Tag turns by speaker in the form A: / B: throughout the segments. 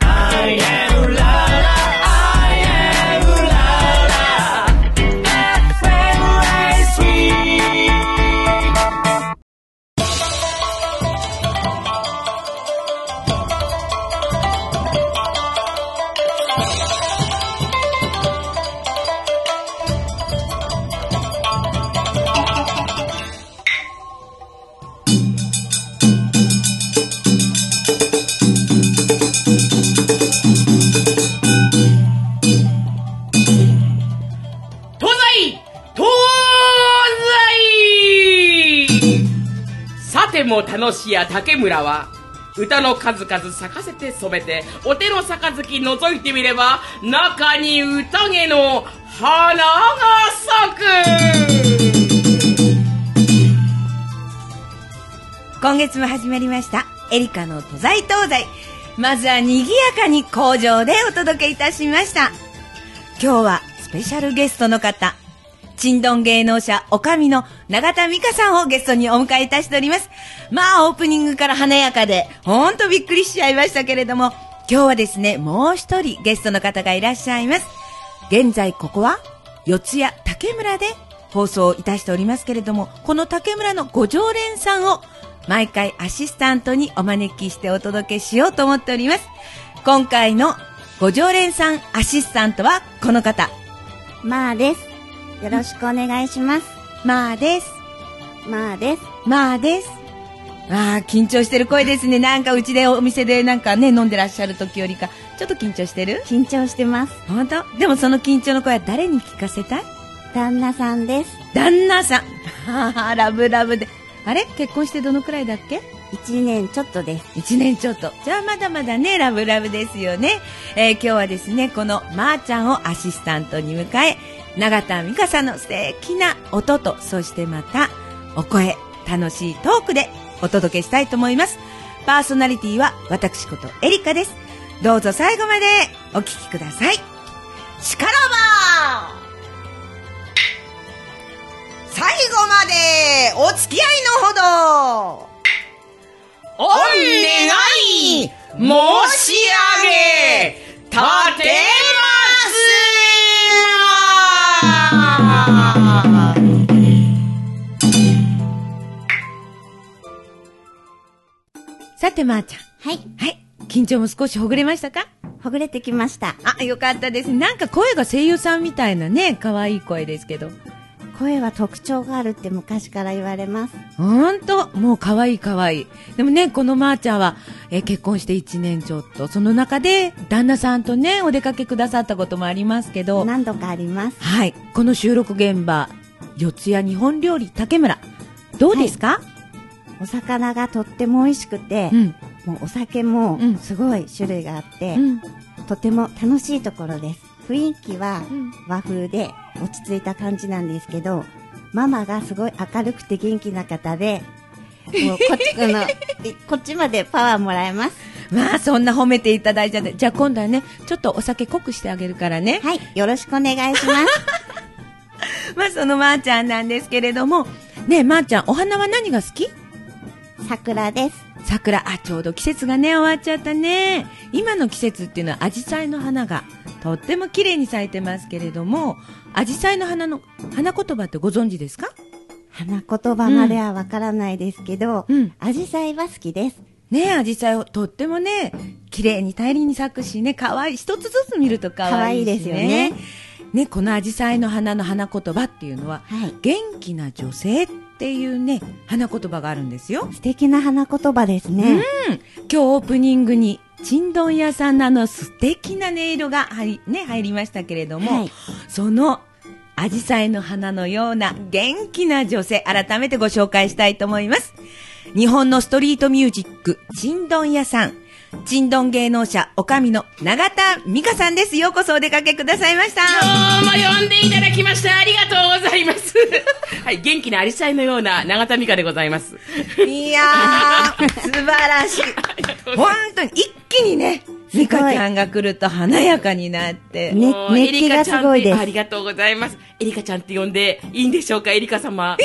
A: I am la la, I am la la. FM ライスウィーク
B: 東西東西さても楽しや竹村は歌の数々咲かせて染めてお手の杯覗いてみれば中に宴の花が咲く
C: 今月も始まりましたエリカの都在東西まずは賑やかに工場でお届けいたしました今日はスペシャルゲストの方ちんどん芸能者おかみの永田美香さんをゲストにお迎えいたしておりますまあオープニングから華やかでほんとびっくりしちゃいましたけれども今日はですねもう一人ゲストの方がいらっしゃいます現在ここは四谷竹村で放送いたしておりますけれどもこの竹村のご常連さんを毎回アシスタントにお招きしてお届けしようと思っております今回のご常連さんアシスタントはこの方
D: まあです。よろしくお願いします。
C: まあです
D: まあです。
C: まあですあー緊張してる声ですねなんかうちでお店でなんかね飲んでらっしゃる時よりかちょっと緊張してる
D: 緊張してます。
C: 本当でもその緊張の声は誰に聞かせたい
D: 旦那さんです。
C: 旦那さん あーラブラブであれ結婚してどのくらいだっけ
D: 一年ちょっとです。
C: 一年ちょっと。じゃあまだまだね、ラブラブですよね。えー今日はですね、このまーちゃんをアシスタントに迎え、永田美香さんの素敵な音と、そしてまた、お声、楽しいトークでお届けしたいと思います。パーソナリティは私ことエリカです。どうぞ最後までお聞きください。しからば最後までお付き合いのほど
B: お願い申し上げ立てます
C: さて、まー、ちゃん。
D: はい。
C: はい。緊張も少しほぐれましたか
D: ほぐれてきました。
C: あ、よかったです。なんか声が声優さんみたいなね、可愛い声ですけど。
D: 声は特徴があるって昔から言われます。
C: ほんと、もう可愛い可愛い。でもね、このまーちゃんは、えー結婚して1年ちょっと、その中で、旦那さんとね、お出かけくださったこともありますけど、
D: 何度かあります。
C: はい。この収録現場、四谷日本料理竹村、どうですか、
D: お魚がとっても美味しくて、
C: うん。
D: もうお酒
C: うん
D: もすごい種類があって、
C: うん。
D: とても楽しいところです。雰囲気は
C: うん
D: 和風で落ち着いた感じなんですけど、ママがすごい明るくて元気な方 で、もうこっちこの、こっちまでパワーもらえます。
C: まあ、そんな褒めていただいちゃって。じゃあ今度はね、ちょっとお酒濃くしてあげるからね。
D: はい、よろしくお願いし ます。
C: まあ、そのまーちゃんなんですけれども、ねえ、まーちゃん、お花は何が好き
D: 桜です。
C: 桜、あ、ちょうど季節がね、終わっちゃったね。今の季節っていうのは、アジサイの花が、とっても綺麗に咲いてますけれども、アジサイの花の、花言葉ってご存知ですか
D: 花言葉まではわからないですけど
C: うんうん、
D: アジサイは好きです。
C: ねえ、アジサイをとってもね、綺麗に大輪に咲くしね、可愛い。一つずつ見ると可愛いし、ね。
D: 可愛いですよね。
C: ね、このアジサイの花の花言葉っていうのは、
D: はい。
C: 元気な女性っていうね、花言葉があるんですよ。
D: 素敵な花言葉ですね。
C: 今日オープニングに、ちんどん屋さんのあの素敵な音色が入り,、ね、入りましたけれども、
D: はい
C: その、アジサイの花のような元気な女性、改めてご紹介したいと思います。日本のストリートミュージック、ちんどん屋さん。ちんどん芸能者、おかみの永田美香さんです。ようこそお出かけくださいました。
B: どうも呼んでいただきましてありがとうございます。 はい、元気なアリサイのような永田美香でございます。
C: いやー、素晴らしい。
B: ありがとうござい
C: 本当に一気にね、リカちゃんが来ると華やかになって。
D: ね
B: もう
D: 熱気がすごいです
B: エリカちゃんってありがとうございます。エリカちゃんって呼んでいいんでしょうか、エリカ様。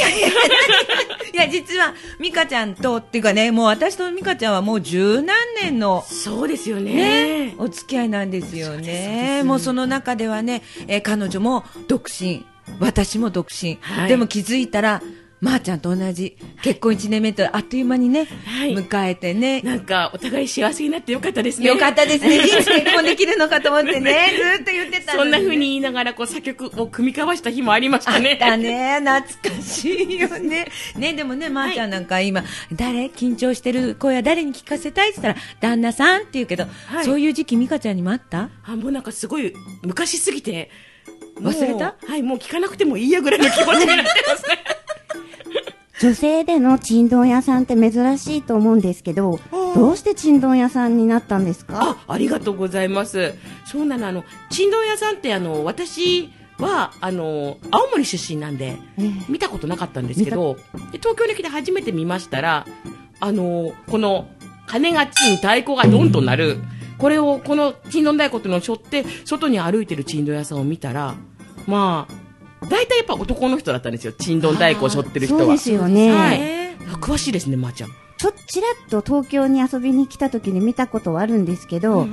C: いや、実は、ミカちゃんと、っていうかね、もう私とミカちゃんはもう十何年の、
B: そうですよ
C: ね
B: ね。、
C: お付き合いなんですよね。もうその中ではね、えー彼女も独身、私も独身。
B: はい
C: でも気づいたら、まー、ちゃんと同じ、結婚1年目とあっという間にね、
B: い
C: 迎えてね。
B: なんか、お互い幸せになってよかったですね。
C: よかったで すね。いつ結婚できるのかと思ってね、ずっと言ってた
B: そ
C: の
B: ん
C: に
B: な風に言いながら、こう、作曲を組み交わした日もありまし
C: あ
B: たね。
C: ったね。懐かしいよ ね。ね、でもね、まー、ちゃんなんか今、誰緊張してる声は誰に聞かせたいって言ったら、旦那さんって言うけど、
B: はい
C: そういう時期、ミカちゃんにもあった
B: あ、もうなんかすごい、昔すぎて。もう
C: 忘れた
B: はい、もう聞かなくてもいいやぐらいの気持ちになってますね。
D: 女性でのちんどん屋さんって珍しいと思うんですけど、どうしてちんどん屋さんになったんですか
B: あ、ありがとうございます。そうなの、あの、珍道屋さんって、あの、私は、あの、青森出身なんで、見たことなかったんですけど、で東京に来て初めて見ましたら、あの、この、鐘がチン、太鼓がドンとなる、これを、この、珍道太鼓っていうのを背負って、外に歩いてる珍道屋さんを見たら、まあ、大体やっぱ男の人だったんですよ、珍道太鼓を背負ってる人は。
D: そうですよね。
B: はい
C: えー
B: あ詳しいですね、まー、ちゃん。
D: ちょっとちらっと東京に遊びに来た時に見たことはあるんですけど、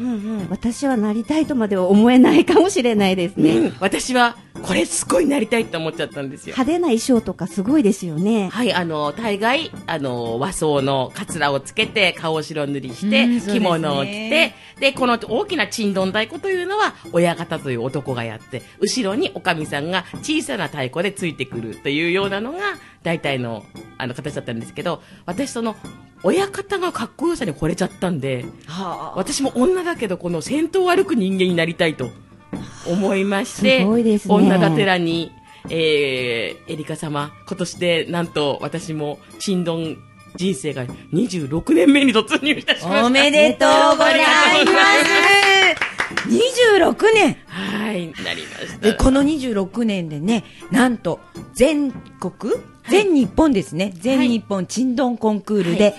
D: 私はなりたいとまでは思えないかもしれないですね。
B: うん私は、これすごいなりたいって思っちゃったんですよ。
D: 派手な衣装とかすごいですよね。
B: はい、あの、大概、あの、和装のカツラをつけて、顔を白塗りし
C: うん
B: て、
C: そうですね
B: 着物を着て、で、この大きなチンドン太鼓というのは、親方という男がやって、後ろにおかみさんが小さな太鼓でついてくるというようなのが、大体の、あの、形だったんですけど、私その、親方がかっこよさに惚れちゃったんで、
C: はあ
B: 私も女だけど、この先頭を歩く人間になりたいと思いまして、
D: すごいですね
B: 女がてらに、えー、エリカ様、今年でなんと私も、チンドン人生が26年目に突入いたしました。
C: おめでとうございます。26年。
B: はい、なりまし
C: で、
B: た。
C: この26年でね、なんと、全国、全日本ですね、全日本ちんどんコンクールで、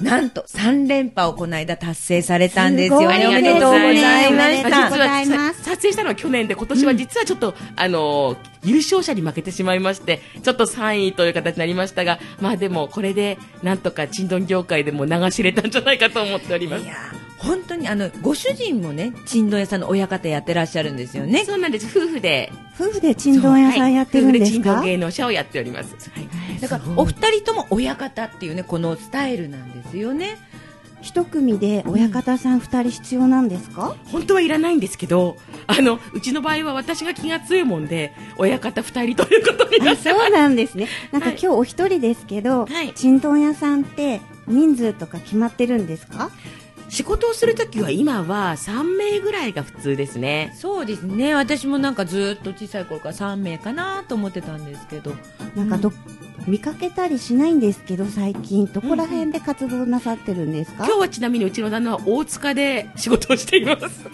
C: なんと3連覇をこの間達成されたんですよ。
D: すごい
C: おめでとうございまし
D: おめでとうございます。
B: 実
C: た
B: はさ撮影したのは去年で、今年は実はちょっと、あのー、優勝者に負けてしまいまして、ちょっと3位という形になりましたが、まあでも、これで、なんとか、チンドン業界でも流し入れたんじゃないかと思っております
C: い。や本当にあの、ご主人もね、ちんどん屋さんの親方やってらっしゃるんですよね。
B: そうなんです。夫婦で。
D: 夫婦でちんどん屋さんやってるんですか、
B: はい夫婦で人道芸能者をやっております。はい
C: だから、お二人とも親方っていうね、このスタイルなんですよね。
D: 一組で親方さん二人必要なんですか、
B: 本当はいらないんですけど、あの、うちの場合は私が気が強いもんで、親方二人ということにな
D: あ
B: って
D: そうなんですね。なんか
B: はい
D: 今日お一人ですけど、
B: はい
D: ちんどん屋さんって人数とか決まってるんですか
B: 仕事をするときは今は3名ぐらいが普通ですね。
C: そうですね。私もなんかずっと小さい頃から3名かなと思ってたんですけど。
D: なんかど、見かけたりしないんですけど、最近。どこら辺で活動なさってるんですか、
B: 今日はちなみにうちの旦那は大塚で仕事をしています。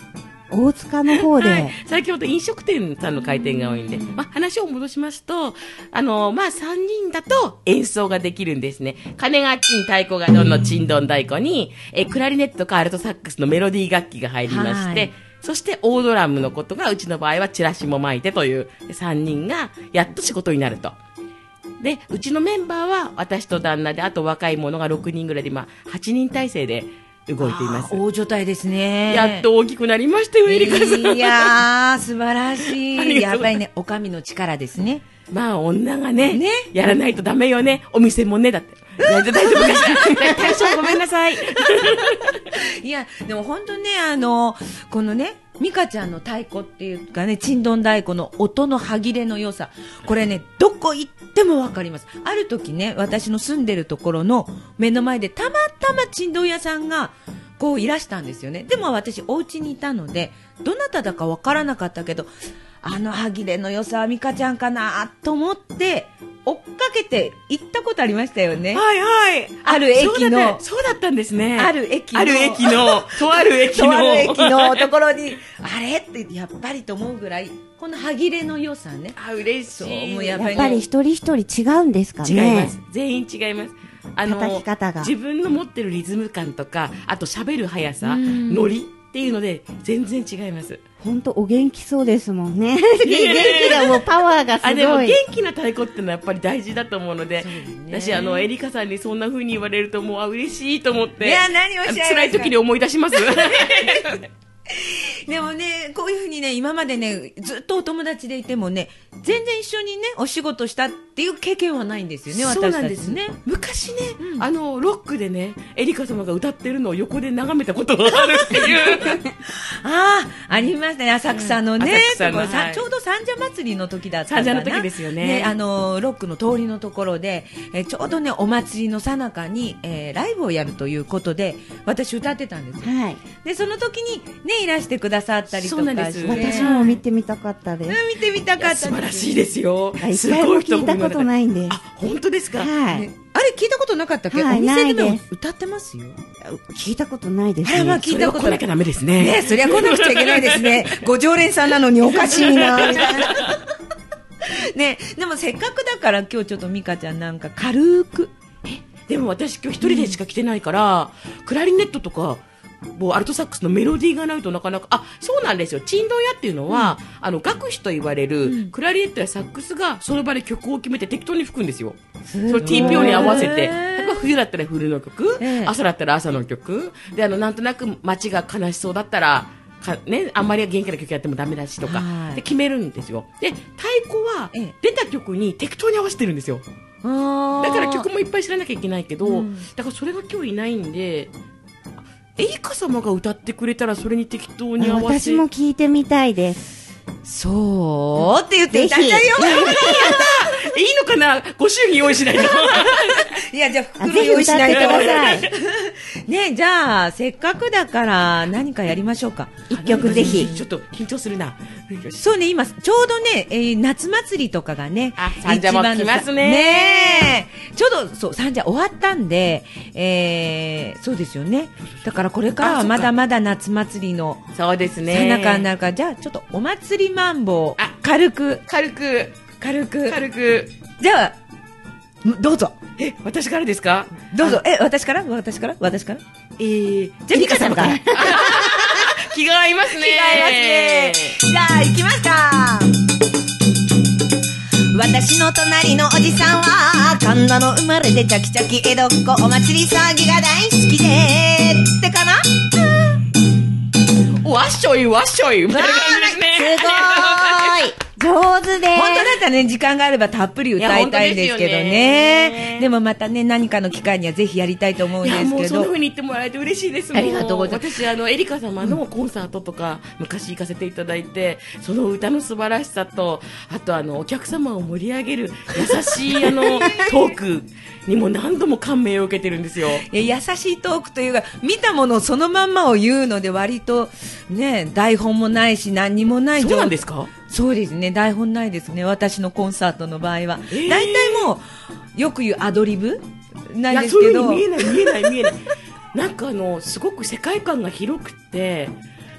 D: 大塚の方で。
B: はい、先ほど飲食店さんの開店が多いんで、まあ、話を戻しますと、あの、まあ、3人だと演奏ができるんですね。鐘がチン、太鼓がどんのチンドン太鼓に、え、クラリネットかアルトサックスのメロディー楽器が入りまして、
C: はい
B: そして大ドラムのことが、うちの場合はチラシも巻いてという3人が、やっと仕事になると。で、うちのメンバーは私と旦那で、あと若い者が6人ぐらいで、今、8人体制で動いています
C: あー。大所帯ですね。
B: やっと大きくなりましたよ、エリカさん。
C: いやー、素晴らし
B: ありが
C: い。や
B: と
C: っ
B: う
C: ぱりね、お上の力ですね。
B: まあ、女がね
C: ね
B: やらないとダメよね。お店もね、だって。大丈夫大丈夫かしら。大将ごめんなさい。
C: いや、でも本当ね、あの、このね、ミカちゃんの太鼓っていうかね、ちんどん太鼓の音の歯切れの良さ。これね、どこ行ってもわかります。ある時ね、私の住んでるところの目の前でたまたまちんどん屋さんが、こういらしたんですよね。でも私、お家にいたので、どなただかわからなかったけど、あの歯切れの良さはミカちゃんかなと思って、追っかけて行ったことありましたよね。
B: はいはい。
C: ある駅の
B: そうだったんですね。
C: ある駅の
B: ある駅 の、とある駅の。
C: とある駅のところに、あれってやっぱりと思うぐらい、この歯切れの良さね。
B: あ、嬉し
C: そう
B: い。
C: もうや
D: やっぱり一人一人違うんですか
B: 違い
D: ね
B: ます。全員違います。あ
D: 叩き方が
B: 自分の持ってるリズム感とか、あと喋る速さ、ノリっていうので全然違います
D: ほんとお元気そうですもんね。元気だ、もうパワーがす
B: あでも
D: ご
B: 元
D: い。
B: 気な太鼓ってのはやっぱり大事だと思うので私あのエリカさんにそんな風に言われるともうあ嬉しいと思って
C: いや何をおっしゃいますか
B: 辛い時に思い出します
C: でもね、こういうふうにね、今までね、ずっとお友達でいてもね、全然一緒にね、お仕事したっていう経験はないんですよね、私
B: そ
C: た
B: う
C: ち。
B: なんですね。昔ね、
C: うん
B: あのロックでねエリカ様が歌ってるのを横で眺めたことがあるっていう
C: ああ、ありましたね、浅草のね、
B: うん浅草の
C: ところさ
B: はい
C: ちょうど三社祭りの時だったんだな
B: 三社の時ですよね
C: あの、ロックの通りのところで、えーちょうどね、お祭りの最中に、えーライブをやるということで、私歌ってたんですよ。
D: はい。
C: で、その時にね、いらしてくださったりとか
B: そうなんです
C: して
D: 私も見てみたかったで
C: う
D: す。
C: ん見てみたかったです
B: 素晴らしいですよ
D: はい
B: す
D: 一回
B: ご
D: も
B: い人
D: 聞いたことないんです。
B: あ本当ですか、
D: はい
C: ね。あれ聞いたことなかったっけ、
D: はい
C: お店で
D: ない
C: も
D: です
C: 歌ってますよ。
D: 聞いたことないです
C: あらまあ
D: ね。
C: 聞いたこと
B: それは来なきゃダメですね
C: ねそりゃ来なくちゃいけないで すね。ご常連さんなのにおかしいな、みたいな。ねでもせっかくだから今日ちょっと美香ちゃんなんか軽く。
B: でも私今日一人でしか来てないから、クラリネットとかもうアルトサックスのメロディーがないとなかなかあそうなんですよ珍道屋っていうのは、あの楽師と言われる、クラリネットやサックスがその場で曲を決めて適当に吹くんですよその TPO に合わせて例えば冬だったら冬の曲、
C: ええ
B: 朝だったら朝の曲であのなんとなく街が悲しそうだったらかね、あんまり元気な曲やってもダメだしとか
C: はい
B: で決めるんですよで太鼓は
C: ええ
B: 出た曲に適当に合わせてるんですよだ
C: だ
B: から曲もいっぱい知らなきゃいけないけど、
C: うん
B: だからそれが今日いないんで、あエリカ様が歌ってくれたらそれに適当に合わせ
D: 私も聞いてみたいです。
C: そうって言って
D: ぜ
C: 歌っちゃうよ。
B: えいいのかなご祝儀用意しないと。
C: いや、じゃあ
D: あ
C: 袋
D: ぜひ歌っ
C: 用意
D: て
C: し
D: く
C: ないと。
D: だ さい。
C: ねじゃあせっかくだから何かやりましょうか。
D: 一曲ぜ ひ。
B: ちょっと緊張するな。よし
C: そうね、今、ちょうどね、えー夏祭りとかがね、
B: あ三社も
C: 一番の
B: 来ますね
C: ねえちょうど、そう、三社終わったんで、えー、そうですよね。だからこれから
B: あ
C: は
B: そっか
C: まだまだ夏祭りの
B: そうです
C: 最
B: ね。
C: 中になるから、じゃあちょっとお祭りマンボウ
B: あ、
C: 軽く、
B: 軽く、
C: 軽く。
B: 軽く。
C: じゃあ、んどうぞ、
B: え、私からですか
C: どうぞ、え、私から私から私から
B: えー、じゃあリカ様から。 気が合いますね。
C: 違いますね。じゃあ、行きますか。私の隣のおじさんは、神田の生まれでチャキチャキ江戸っ子お祭り騒ぎが大好きで、ってかな
B: わっしょいわっしょいみたいな感じですね。
D: すごーい。上手です。
C: 本当だったらね、時間があればたっぷり歌いたいんですけどね。
B: いや本当
C: で
B: ですよね
C: もまたね、何かの機会にはぜひやりたいと思うん
B: い
C: で
B: や
C: す
B: もう
C: け
B: そんな
C: ど
B: 風。に言ってもらえて嬉しいです
C: ありがとうございます
B: も私あのエリカ様のコンサートとか昔行かせていただいてその歌の素晴らしさとあとあのお客様を盛り上げる優しいあのトークにも何度も感銘を受けてるんですよ
C: いや優しいトークというか、見たものをそのまんまを言うので、割と、ね、台本もないし、何にもない
B: そう
C: 状
B: なん
C: 態
B: ですか
C: そうですね、台本ないですね、私のコンサートの場合は。
B: ー
C: 大体もう、よく言うアドリブないん
B: や
C: です
B: そうい
C: け
B: うふ
C: ど、
B: うに見えない見えない見えないなんかあのすごく世界観が広くて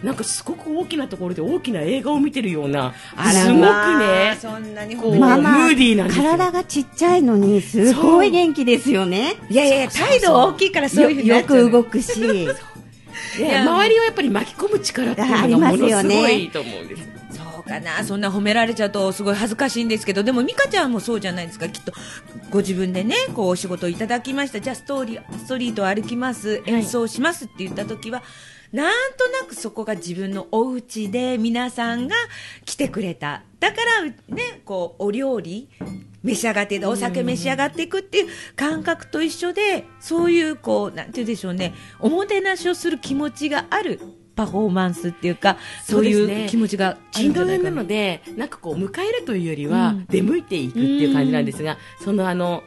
B: なんかすごく大きなところで大きな映画を見てるようなすごくね
C: そんなに
B: こう
D: まあ
B: ム
D: まあ、
B: ーディーなんですよ
D: 体がちっちゃいのに、すごい元気ですよね。
C: いやいやいや、態度は大きいからそう
D: よ
C: いうふうにな
D: よ
C: っちゃう
D: く動くし。
B: ね
C: や
B: 周りをやっぱり巻き込む力っていうのがものすごいと思うんです。
C: そうかな、そんな褒められちゃうとすごい恥ずかしいんですけど、でも美香ちゃんもそうじゃないですか、きっとご自分でね、こうお仕事をいただきました、じゃあストーリー、ストリートを歩きます、演奏しますって言った時は、なんとなくそこが自分のお家で皆さんが来てくれた。だからね、こう、お料理、召し上がって、お酒召し上がっていくっていう感覚と一緒で、そういう、こう、なんて言うんでしょうね、おもてなしをする気持ちがあるパフォーマンスっていうか、そ
B: そ
C: う
B: うです
C: いう
B: ね
C: 気持ちが
B: 人道なので、なんかこう、迎えるというよりは、出向いていくっていう感じなんですが、そのあの、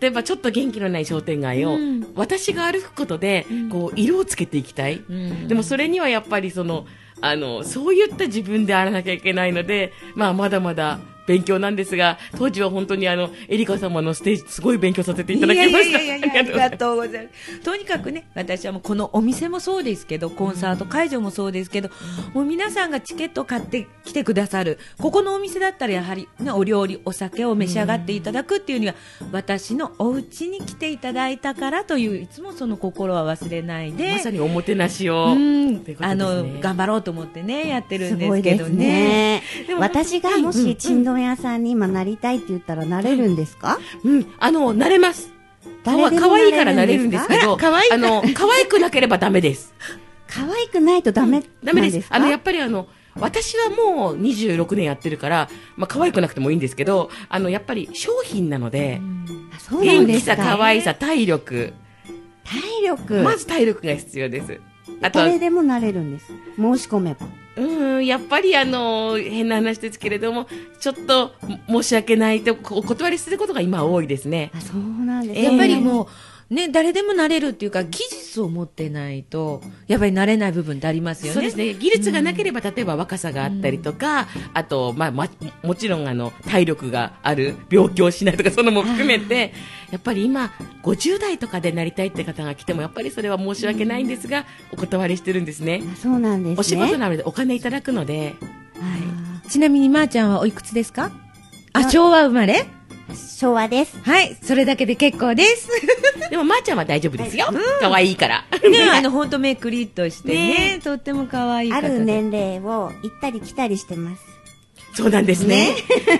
B: 例えばちょっと元気のない商店街を
C: うん、
B: 私が歩くことで、こう、色をつけていきたい。でもそれにはやっぱりその、あの、そういった自分であらなきゃいけないので、まあ、まだまだ勉強なんですが、当時は本当にあの、エリカ様のステージ、すごい勉強させていただきました。
C: いやいやいやいやありがとうございます。とにかくね、私はもうこのお店もそうですけど、コンサート会場もそうですけど、もう皆さんがチケットを買ってきてくださる、ここのお店だったらやはり、ね、お料理、お酒を召し上がっていただくっていうには、私のお家に来ていただいたからという、いつもその心は忘れないで、
B: まさにおもてなしを。
C: うん
B: ということ
C: あ
B: ですね
C: の、頑張ろうと思ってね、やってる
D: す
C: んで
D: ご
C: す
D: い
C: け
D: で
C: ど
D: す
C: ね。
D: ね。
B: でも
D: 私がも
B: うんうん
D: し、ちんどん屋さんに今なりたいって言ったらなれるんですか
B: うん、あの、慣れます。か
D: 誰
B: わ
D: でも
B: 可愛いから慣れるんですけ ど、
D: 可愛い
B: あの、可愛くなければダメです。
D: 可愛くないとダメなんですか、
B: ダメです。あの、やっ
D: ぱ
B: ぱりあの、私はもう26年やってるから、まあ、可愛くなくてもいいんですけど、あの、やっぱり商品なので、
D: そうな
B: 元
D: んで
B: 気
D: すか
B: さ、可愛さ、体力。
D: 体力、
B: まず体力が必要です。あとは、
D: 誰でもなれるんです申し込めば
B: うん、やっぱりあの、変な話ですけれども、ちょっと申し訳ないと、お断りすることが今多いですね。
D: あそうなんです
C: やっぱり
D: う
C: もう、ね、誰でもなれるっていうか、技術を持ってないと、やっぱりなれない部分ってありますよね。
B: そうですね。技術がなければ、例えば若さがあったりとか、あと、まあ、ま、もちろん、あの、体力がある、病気をしないとか、そのも含めて、やっぱり今、50代とかでなりたいって方が来ても、やっぱりそれは申し訳ないんですが、お断りしてるんですね。
D: あそうなんですね
B: お仕事なのでお金いただくので、
D: あ
C: ちなみにまー、ちゃんはおいくつですかあ、
D: あ
C: 昭和生まれ
D: ー昭和です
C: はい、それだけで結構です。
B: でも、まー、ちゃんは大丈夫ですよ。可愛いから。
C: ね、あの、ほんとめくりっとしてね、とっても可愛い
D: あ
C: 方で
D: る年齢を行ったり来たりしてます
B: そうなんですね。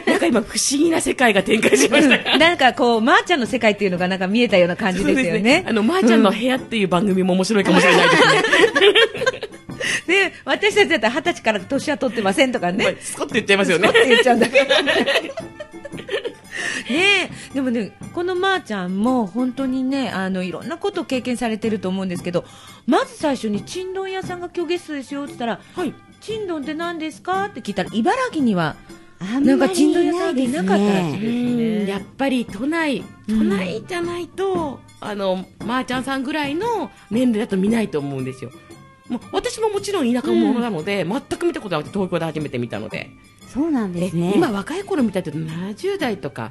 B: なんか今、不思議な世界が展開しましたが
C: うん なんかこう、まー、ちゃんの世界っていうのがなんか見えたような感じですよね。
B: あの、まー、ちゃんの部屋っていう番組も面白いかもしれないですね。
C: で、私たちだったら二十歳から年は取ってませんとか
B: やっ
C: ね
B: ぱり。スコッと言っちゃいますよね
C: そう。って言っちゃうんだから ねえでもねこのまーちゃんも本当にねあのいろんなことを経験されてると思うんですけどまず最初にちんどん屋さんが今日ゲストですよって言ったら
B: はい。
C: 「ちんどんって何ですか?」って聞いたら茨城には
D: あん
C: なん
D: ま
C: かちん
D: り
C: どん
D: い
C: 屋さ
D: なんい
C: で
D: で
C: い
D: す
C: なかったらしいで
D: ね
C: すね
B: うんやっぱり都内、都内じゃないと、あの、まー、ちゃんさんぐらいの年齢だと見ないと思うんですよ。もう私ももちろん田舎者なので、全く見たことなくて東京で初めて見たので。
D: そうなんですね
B: 今若い頃見たけど70代とか、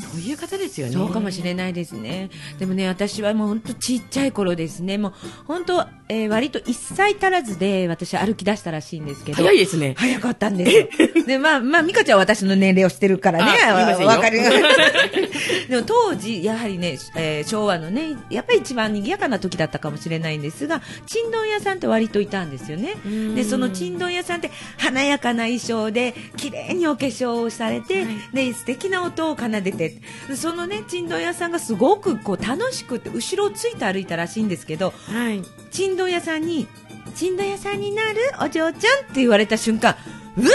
B: そういう方ですよね。
C: そうかもしれないですね。でもね、私はもう本当ちっちゃい頃ですね。もう本当、えー割と一歳足らずで私歩き出したらしいんですけど。
B: 早いですね。
C: 早かったんですよ。で、まあ、まあ、ミカちゃんは私の年齢をしてるから
B: あ
C: ね、
B: 言いま
C: わ
B: せんよ
C: わかる。 でも当時、やはりね、えー昭和のね、やっぱり一番賑やかな時だったかもしれないんですが、ちんどん屋さんって割といたんですよね。で、そのちんどん屋さんって華やかな衣装で、綺麗にお化粧をされて、で、素敵な音を奏でて、そのね、ちんどん屋さんがすごくこう楽しくって、後ろをついて歩いたらしいんですけど、
B: はい。
C: ちんどん屋さんに、ちんどん屋さんになるお嬢ちゃんって言われた瞬間、うわ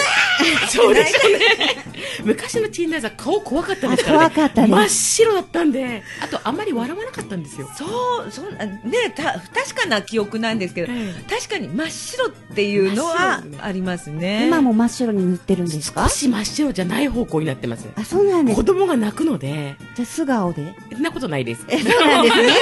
C: ー
B: そうでしたね。昔のチンダイさん顔怖かったですから、ね。
D: あ怖かったです
B: 真っ白だったんで、あとあんまり笑わなかったんですよ。
C: そう、そんな、ね、た、不確かな記憶なんですけど、
B: え
C: 確かに真っ白っていうのは
B: 真っ白ですね
C: ありますね。
D: 今も真っ白に塗ってるんです
B: 少
D: か
B: し真っ白じゃない方向になってます。
D: あそうなんです
B: 子供が泣くので、
D: じゃあ素顔で
B: そんなことないです。
D: そうなん ですね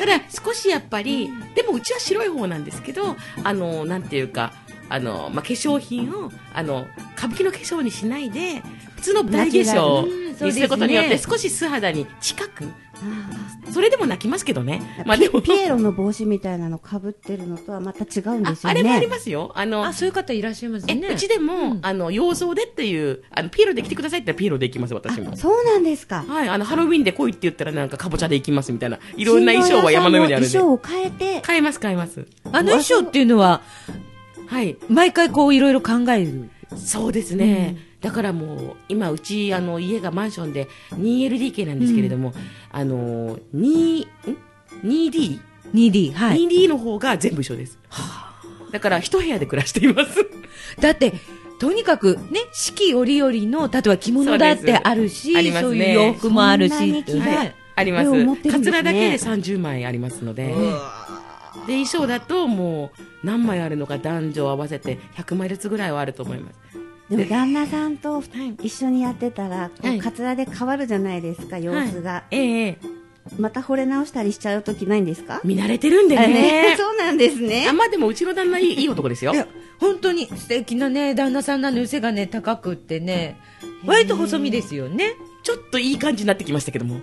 B: ただ、少しやっぱり、でもうちは白い方なんですけど、あの、なんていうか、あの、まあ、化粧品を、あの、歌舞伎の化粧にしないで、普通の大化粧
C: うんそうですね
B: にすることによって、少し素肌に近く、
D: あ
B: それでも泣きますけどね。
D: ー
B: まあ、でも、
D: ピエロの帽子みたいなの被ってるのとはまた違うん
B: あ
D: ですよね
B: あれもありますよ。あの
C: あ、、そういう方いらっしゃいます
B: え、
C: ね。
B: うちでも、
C: うん
B: あの、洋装でっていう、あの、ピエロで来てくださいって言ったらピエロで行きます、私も
D: あ。そうなんですか
B: はい、あの、ハロウィンで来いって言ったらなんか、かぼちゃで行きますみたいな。いろんな衣装は山のようにあるん
D: 新
B: で
D: 郎。屋さんの衣装を変えて
B: 買えます、買えます。
C: あの衣装っていうのは、
B: はい。
C: 毎回こういろいろ考える。
B: そうですね。だからもう、今、うち、あの、家がマンションで 2LDK なんですけれども、あの、2、ん 2D?2D
C: 2D。はい。
B: の方が全部一緒です。だから、一部屋で暮らしています。
C: だって、とにかくね、四季折々の、例えば着物だっ
B: そうで
C: て
B: す
C: あるし、
B: ありますね
C: そういう洋服もあるし。
D: そんなに着替え
C: はい
B: あります
D: これを持って。る
B: カ
D: ん
B: ツ
D: ですね
B: ラだけで30枚ありますので。で、衣装だともう何枚あるのか男女合わせて100枚ずつぐらいはあると思います。
D: でも旦那さんと
B: い
D: 一緒にやってたら、こ
B: はいう
D: カツラで変わるじゃないですか様子が、
B: ええ
D: また惚れ直したりしちゃう時ないんですか。
B: 見慣れてるんでね
D: そうなんです
B: あ
D: ね。
B: まあでもうちの旦那いいいい男ですよ
C: い。や本当に素敵なね旦那さんなのよ背がね高くってね割と細身ですよね
B: ちょっといい感じになってきましたけども。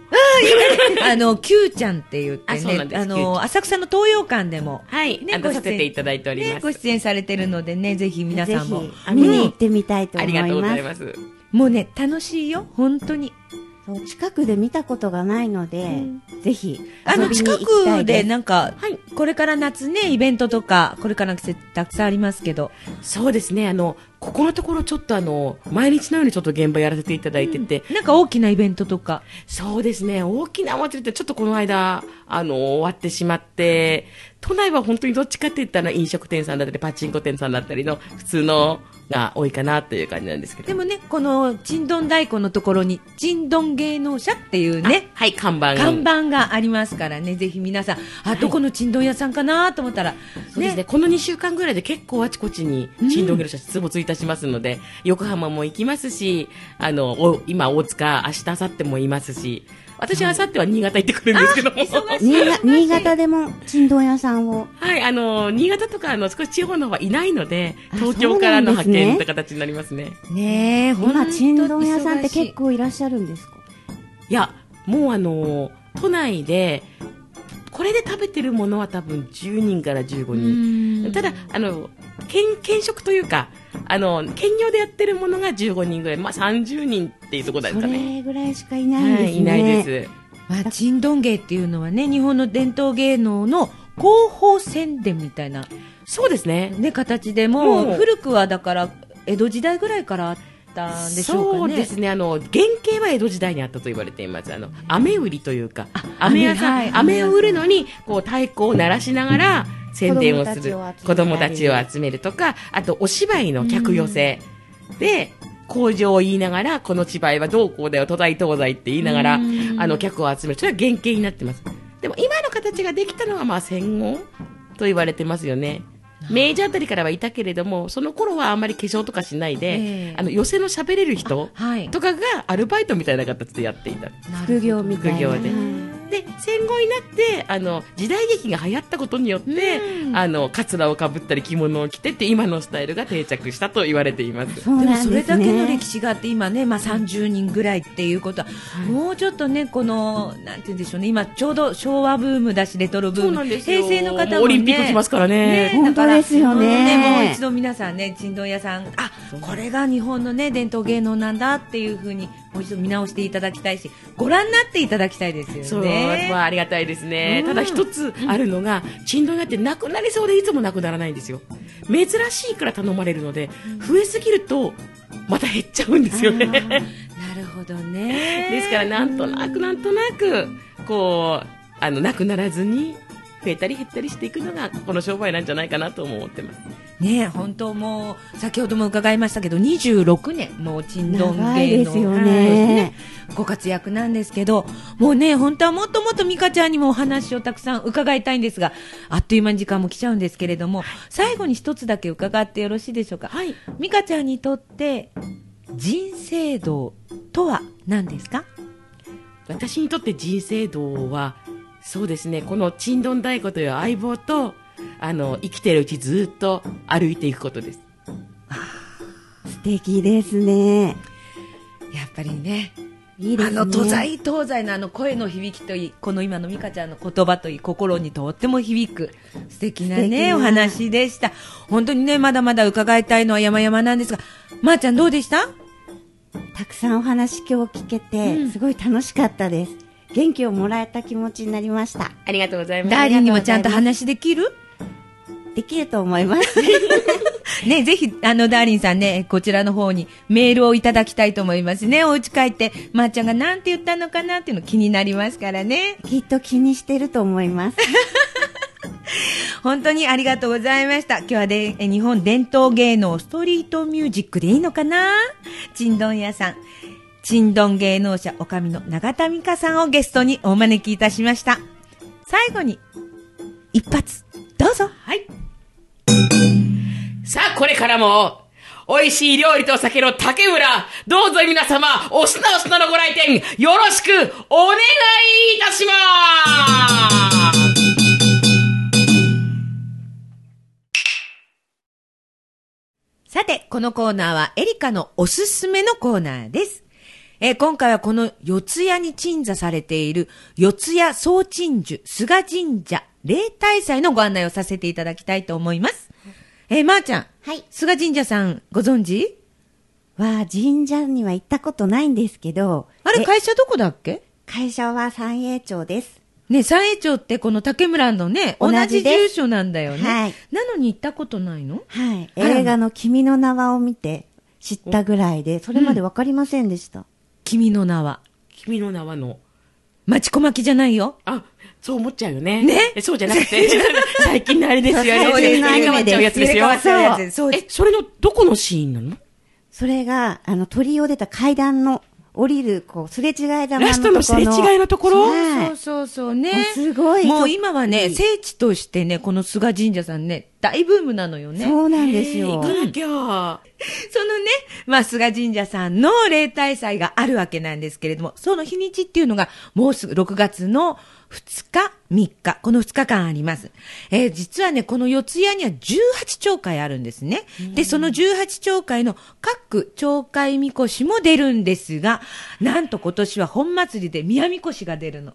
C: あの Q ちゃんって言って
B: あそうなん
C: ね
B: です
C: あ
B: Q ちゃ
C: の浅草の東洋館でも
B: はい。
C: ね
B: あのさせていただいており
C: ね
B: ま
C: ご
B: す。
C: 出演されてるのでねぜひ皆
D: ぜ
C: さんも
D: ひ見に行ってみたいと
B: あ
D: 思い
B: りがとうご
D: ま
B: ざ
D: す
B: い。ます。
C: もうね楽しいよ本当に
D: そう近くで見たことがないので、ぜひ
C: あ
D: 遊
C: の
D: びに行
C: 近
D: きた
C: く
D: い
C: ですなんか、
B: はい
C: これから夏ねイベントとかこれからの季節たくさんありますけど
B: そうですね。あの、ここのところちょっとあの、毎日のようにちょっと現場やらせていただいてて、
C: なんか大きなイベントとか
B: そうですね。大きなお祭りってちょっとこの間、あの、終わってしまって、都内は本当にどっちかって言ったら飲食店さんだったり、パチンコ店さんだったりの普通のが多いかなという感じなんですけど。
C: でもねこのちんどん太鼓のところにちんどん芸能者っていう
B: あ
C: ね
B: はい、看板。
C: 看板がありますからねぜひ皆さんあどこのちんどん屋さんかなと思ったら、
B: そうですねこの2週間ぐらいで結構あちこちに新道芸能者出没いたしますので、横浜も行きますし、あの、お今、大塚、明日、明後日もいますし、私は明後日は新潟行ってくるんですけども。
D: 新潟新潟でもちんどん屋さんを
B: はい、あの、新潟とか、あの、少し地方の方はいないので、東京からの派遣って形になりますね。
C: ねえほんと
D: 今ちんどん屋さんって
C: 忙しい
D: 結構いらっしゃるんですか
B: いや、もうあの、都内で、これで食べてるものは多分10人から15人。
C: うん
B: ただ、あの、兼、兼職というか、あの、兼業でやってるものが15人ぐらい、まあ30人っていうところです
D: そ
B: かね。
D: れぐらいしかいないん
B: は
D: ですね、
B: い、いないです。
C: まあ、ちんどん芸っていうのはね日本の伝統芸能の広報宣伝みたいな、
B: そうですね。
C: ね、形でも
B: もう
C: 古くはだから江戸時代ぐらいからあったんでしょうかね
B: そうですね。あの、原型は江戸時代にあったと言われています。あの、飴売りというか、飴屋さ
C: 飴はい
B: ん、飴を売るのに、こう、太鼓を鳴らしながら、宣伝をする。子
D: 子
B: 供
D: 供
B: た
D: た
B: ち
D: ち
B: を
D: を
B: 集めるとか、あと、お芝居の客寄せで、工場を言いながら、この芝居はどうこうだよ、都大東西って言いながら、あの、客を集める。それは原型になってます。でも、今の形ができたのは、まあ、戦後と言われてますよね。明治あたりからはいたけれども、その頃はあんまり化粧とかしないで、
C: ええ
B: あの、寄せの喋れる人
C: はい
B: とかがアルバイトみたいな形でやっていた。
D: 副業みたいな
B: 副業
D: は
B: で
D: い
B: で、戦後になって、あの、時代劇が流行ったことによって、あの、カツラをかぶったり着物を着てって、今のスタイルが定着したと言われています。
D: そう
C: でも
D: なん
C: それ
D: です
C: だけの
D: ね
C: 歴史があって今ね、まあ、30人ぐらいっていうことは、もうちょっとねこのなんて言うんでしょうね今ちょうど昭和ブームだしレトロブーム平成の方も、ね、
B: うオリンピック来ますからね。
C: え
D: 本当ですよね
C: だからもうもう一度皆さんね、ちんどん屋さん、あ、これが日本のね、伝統芸能なんだっていうふうに、もう一度見直していただきたいし、ご覧になっていただきたいです
B: そ
C: よ
B: う、
C: ね。
B: まあ、ありがたいですね。
C: うん
B: ただ一つあるのが、ちんどん屋ってなくなりそうでいつもなくならないんですよ。珍しいから頼まれるので、増えすぎると、また減っちゃうんですよね。
C: なるほどね。
B: ですから、なんとなくなんとなく、こう、あの、なくならずに、増えたり減ったりしていくのが、この商売なんじゃないかなとも思ってます。
C: ね、本当もう、先ほども伺いましたけど、26年、もうちんどん
D: 長い
C: 芸能
D: ですよね
C: ご活躍なんですけど、もうね、本当はもっともっと美香ちゃんにもお話をたくさん伺いたいんですが、あっという間に時間も来ちゃうんですけれども、最後に一つだけ伺ってよろしいでしょうか。
B: はい。
C: 美香ちゃんにとって人生道とは何ですか
B: 私にとって人生道は、そうですね、このちんどん太鼓という相棒と、あの、生きてるうちずっと歩いていくことです。
D: 素敵ですね
C: やっぱりね
D: いいです
C: あ
D: ね
C: の東西東西のあの声の響きといいこの今の美香ちゃんの言葉といい心にとっても響く素敵なね
D: 素敵な
C: お話でした本当にねまだまだ伺いたいのは山々なんですがまー、ちゃんどうでした
D: たくさんお話今日聞けて、すごい楽しかったです元気をもらえた気持ちになりました
B: ありがとうございます。
C: ダーリンにもちゃんと話できる
D: できると思います
C: ね、ぜひ、あの、ダーリンさんね、こちらの方にメールをいただきたいと思いますね。お家帰って、まー、ちゃんがなんて言ったのかなっていうの気になりますからね。
D: きっと気にしてると思い ます
C: 本当にありがとうございました。今日はでえ日本伝統芸能ストリートミュージックでいいのかなちんどん屋さん。ちんどん芸能者おかみの永田美香さんをゲストにお招きいたしました。最後に、一発、どうぞ。
B: はい。さあ、これからも、美味しい料理と酒の竹村、どうぞ皆様、おすなおすなのご来店、よろしくお願いいたします
C: さて、このコーナーはエリカのおすすめのコーナーです。えー今回はこの四谷に鎮座されている四谷総鎮守菅神社例大祭のご案内をさせていただきたいと思います。えーまー、ちゃん。
D: はい
C: 菅神社さんご存知
D: は、神社には行ったことないんですけど、
C: あれ
D: え
C: 会社どこだっけ
D: 会社は三栄町です。
C: ね、三栄町ってこの竹村のね、同
D: 同
C: じ
D: じです
C: 住所なんだよね。
D: はい
C: なのに行ったことないの
D: はい。
C: あら
D: 映画の君の名はを見て知ったぐらいで、それまでわかりませんでした。
C: 君の名は。
B: 君の名はの、
C: 町小牧じゃないよ。
B: あ、そう思っちゃうよね。
C: ね
B: えそうじゃなくて、最近のあれですよね。
D: そう最近のアニメ
B: 入れ替わっちゃうやつですよ。
C: 入れ替わっちゃうやつですそう
B: え、それのどこのシーンなの
D: それが、あの、鳥を出た階段の降りる、こう、すれ違い玉のところ
B: ラストのすれ違いのところ
D: はい
C: そうそうそうね
D: もう。すごい
C: もう今はね、
D: うん
C: 聖地としてね、この菅神社さんね、大ブームなのよね。そ
D: そうなんです
B: 行
D: よ。
B: かなきゃ。
C: のね、まあ、菅神社さんの例大祭があるわけなんですけれども、その日にちっていうのが、もうすぐ6月の2日、3日、この2日間あります。えー実はね、この四谷には18町会あるんですね。で、その18町会の各町会みこしも出るんですが、なんと今年は本祭りで宮みこしが出るの。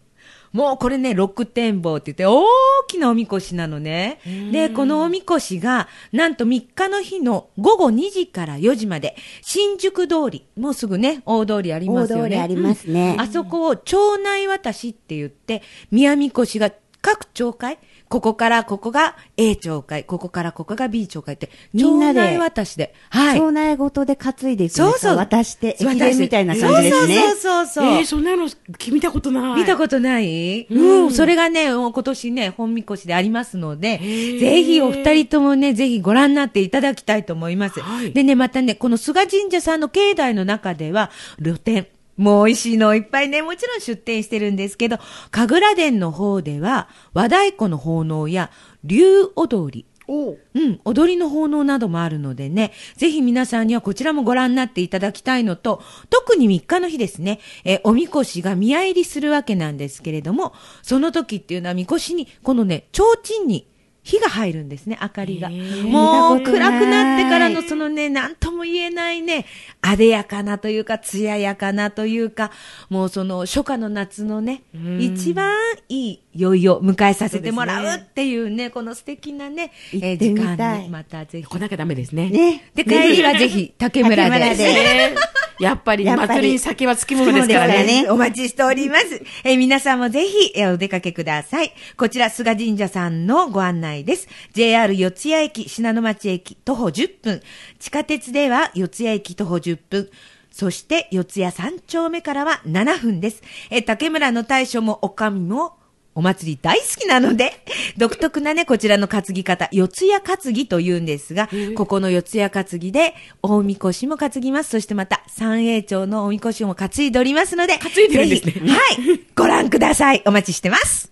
C: もうこれね、六天坊って言って、大きなおみこしなのね。で、このおみこしが、なんと3日の日の午後2時から4時まで、新宿通り、もうすぐね、大通りありま
D: 大
C: すよね。
D: 通りありますね。
C: あそこを町内渡しって言って、宮みこしが各町会、ここからここが A 町会、ここからここが B 町会って、
D: み
C: 町
D: んなで
C: 内渡しで、はい。
D: 町内ごとで担いでいくんですか
C: そうそう。
D: 渡して、駅
C: 渡
D: 伝
C: し
D: みたいな感じですね。
C: そうそうそうそう。
B: えー、そんなの見たことない。
C: 見た
B: と
C: ことない、うん、それがね、もう今年ね、本みこしでありますので、ぜひお二人ともね、ぜひご覧になっていただきたいと思います。
B: はい
C: でね、またね、この菅神社さんの境内の中では、露店、もう美味しいのいっぱいね、もちろん出店してるんですけど、神楽殿の方では、和太鼓の奉納や、竜踊り、
B: おう
C: うん、踊りの奉納などもあるのでね、ぜひ皆さんにはこちらもご覧になっていただきたいのと、特に3日の日ですね、えーおみこしが宮入りするわけなんですけれども、その時っていうのはみこしに、このね、提灯に、火が入るんですね、明かりが。もう
D: 見たこ
C: 暗く
D: とない
C: なってからのそのね、なんとも言えないね、あでやかなというか、艶やかなというか、もうその初夏の夏のね、一番いい宵を迎えさせてもらうっていうね、この素敵なね、え
D: 行
C: ー
D: って
C: 時
D: みたい
C: 間にまたぜひ。
B: 来なきゃダメですね。
D: ね。
C: で、帰りはぜひ竹村で。
D: 竹村で
B: ねやっぱり
D: やっぱり
B: 祭りに酒はつきものですか
D: そ
B: ら
D: うですから
B: ね。
D: ね
C: お待ちしております。えー皆さんもぜひ、えーお出かけください。こちら、菅神社さんのご案内です。JR 四ツ谷駅、信濃町駅、徒歩10分。地下鉄では四ツ谷駅徒歩10分。そして、四ツ谷三丁目からは7分です。えー竹村の大将もおかみも、お祭り大好きなので、 独特なね、こちらの担ぎ方、四谷担ぎと言うんですが、ここの四谷担ぎで、大みこしも担ぎます。そしてまた、三栄町のおみこしも担いでおりますので、担
B: いでるんですね
C: はい、ご覧ください。お待ちしてます。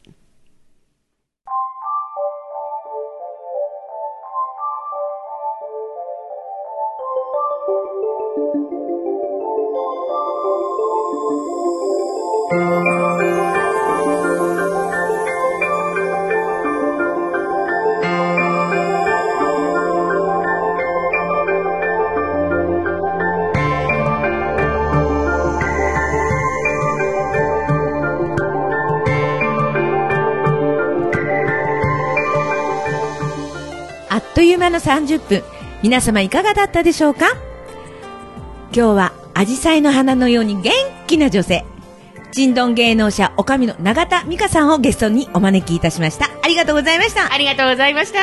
C: あっという間の30分。皆様いかがだったでしょうか今日は、紫陽花の花のように元気な女性、人丼芸能者、おかみの永田美香さんをゲストにお招きいたしました。ありがとうございました。
B: ありがとうございました。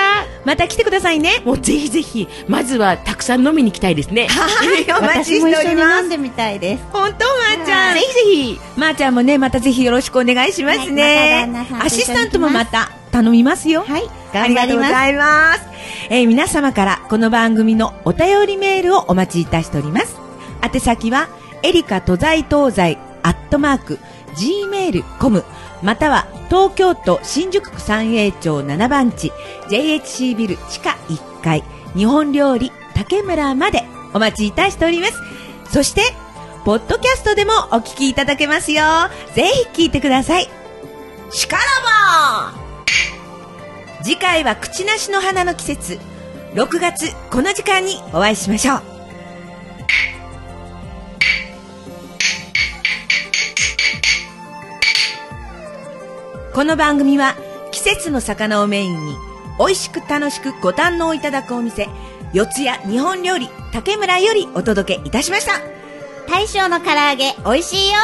C: また来てくださいね。
B: もうぜひぜひ、まずはたくさん飲みに行きたいですね。
C: はい、お待ち
D: 私
C: し
D: も一
C: てお
D: 緒
C: り
D: に飲
C: ます
D: ん。でみたいです。
C: 本当、まーちゃん。
D: はい
C: ぜひぜひ。まーちゃんもね、またぜひよろしくお願いします
D: はい
C: ね
D: また旦那。さんと一緒に行きます
C: アシスタントもまた頼みますよ。
D: はい。
C: あ
D: 頑
C: りが
D: 張
C: とう
D: り
C: ご
D: ます。
C: ざいます。えー皆様からこの番組のお便りメールをお待ちいたしております。宛先は、エリカ都在東西アットマーク、gmail.com、または東京都新宿区三栄町7番地、JHC ビル地下1階、日本料理竹村までおお待ちいたしております。そして、ポッドキャストでもお聞きいただけますよ。ぜひ聞いてください。しからば次回は口なしの花の季節。6月、この時間にお会いしましょう。この番組は季節の魚をメインに美味しく楽しくご堪能いただくお店四谷日本料理竹村よりお届けいたしました
E: 大将の唐揚げ、美味しいよ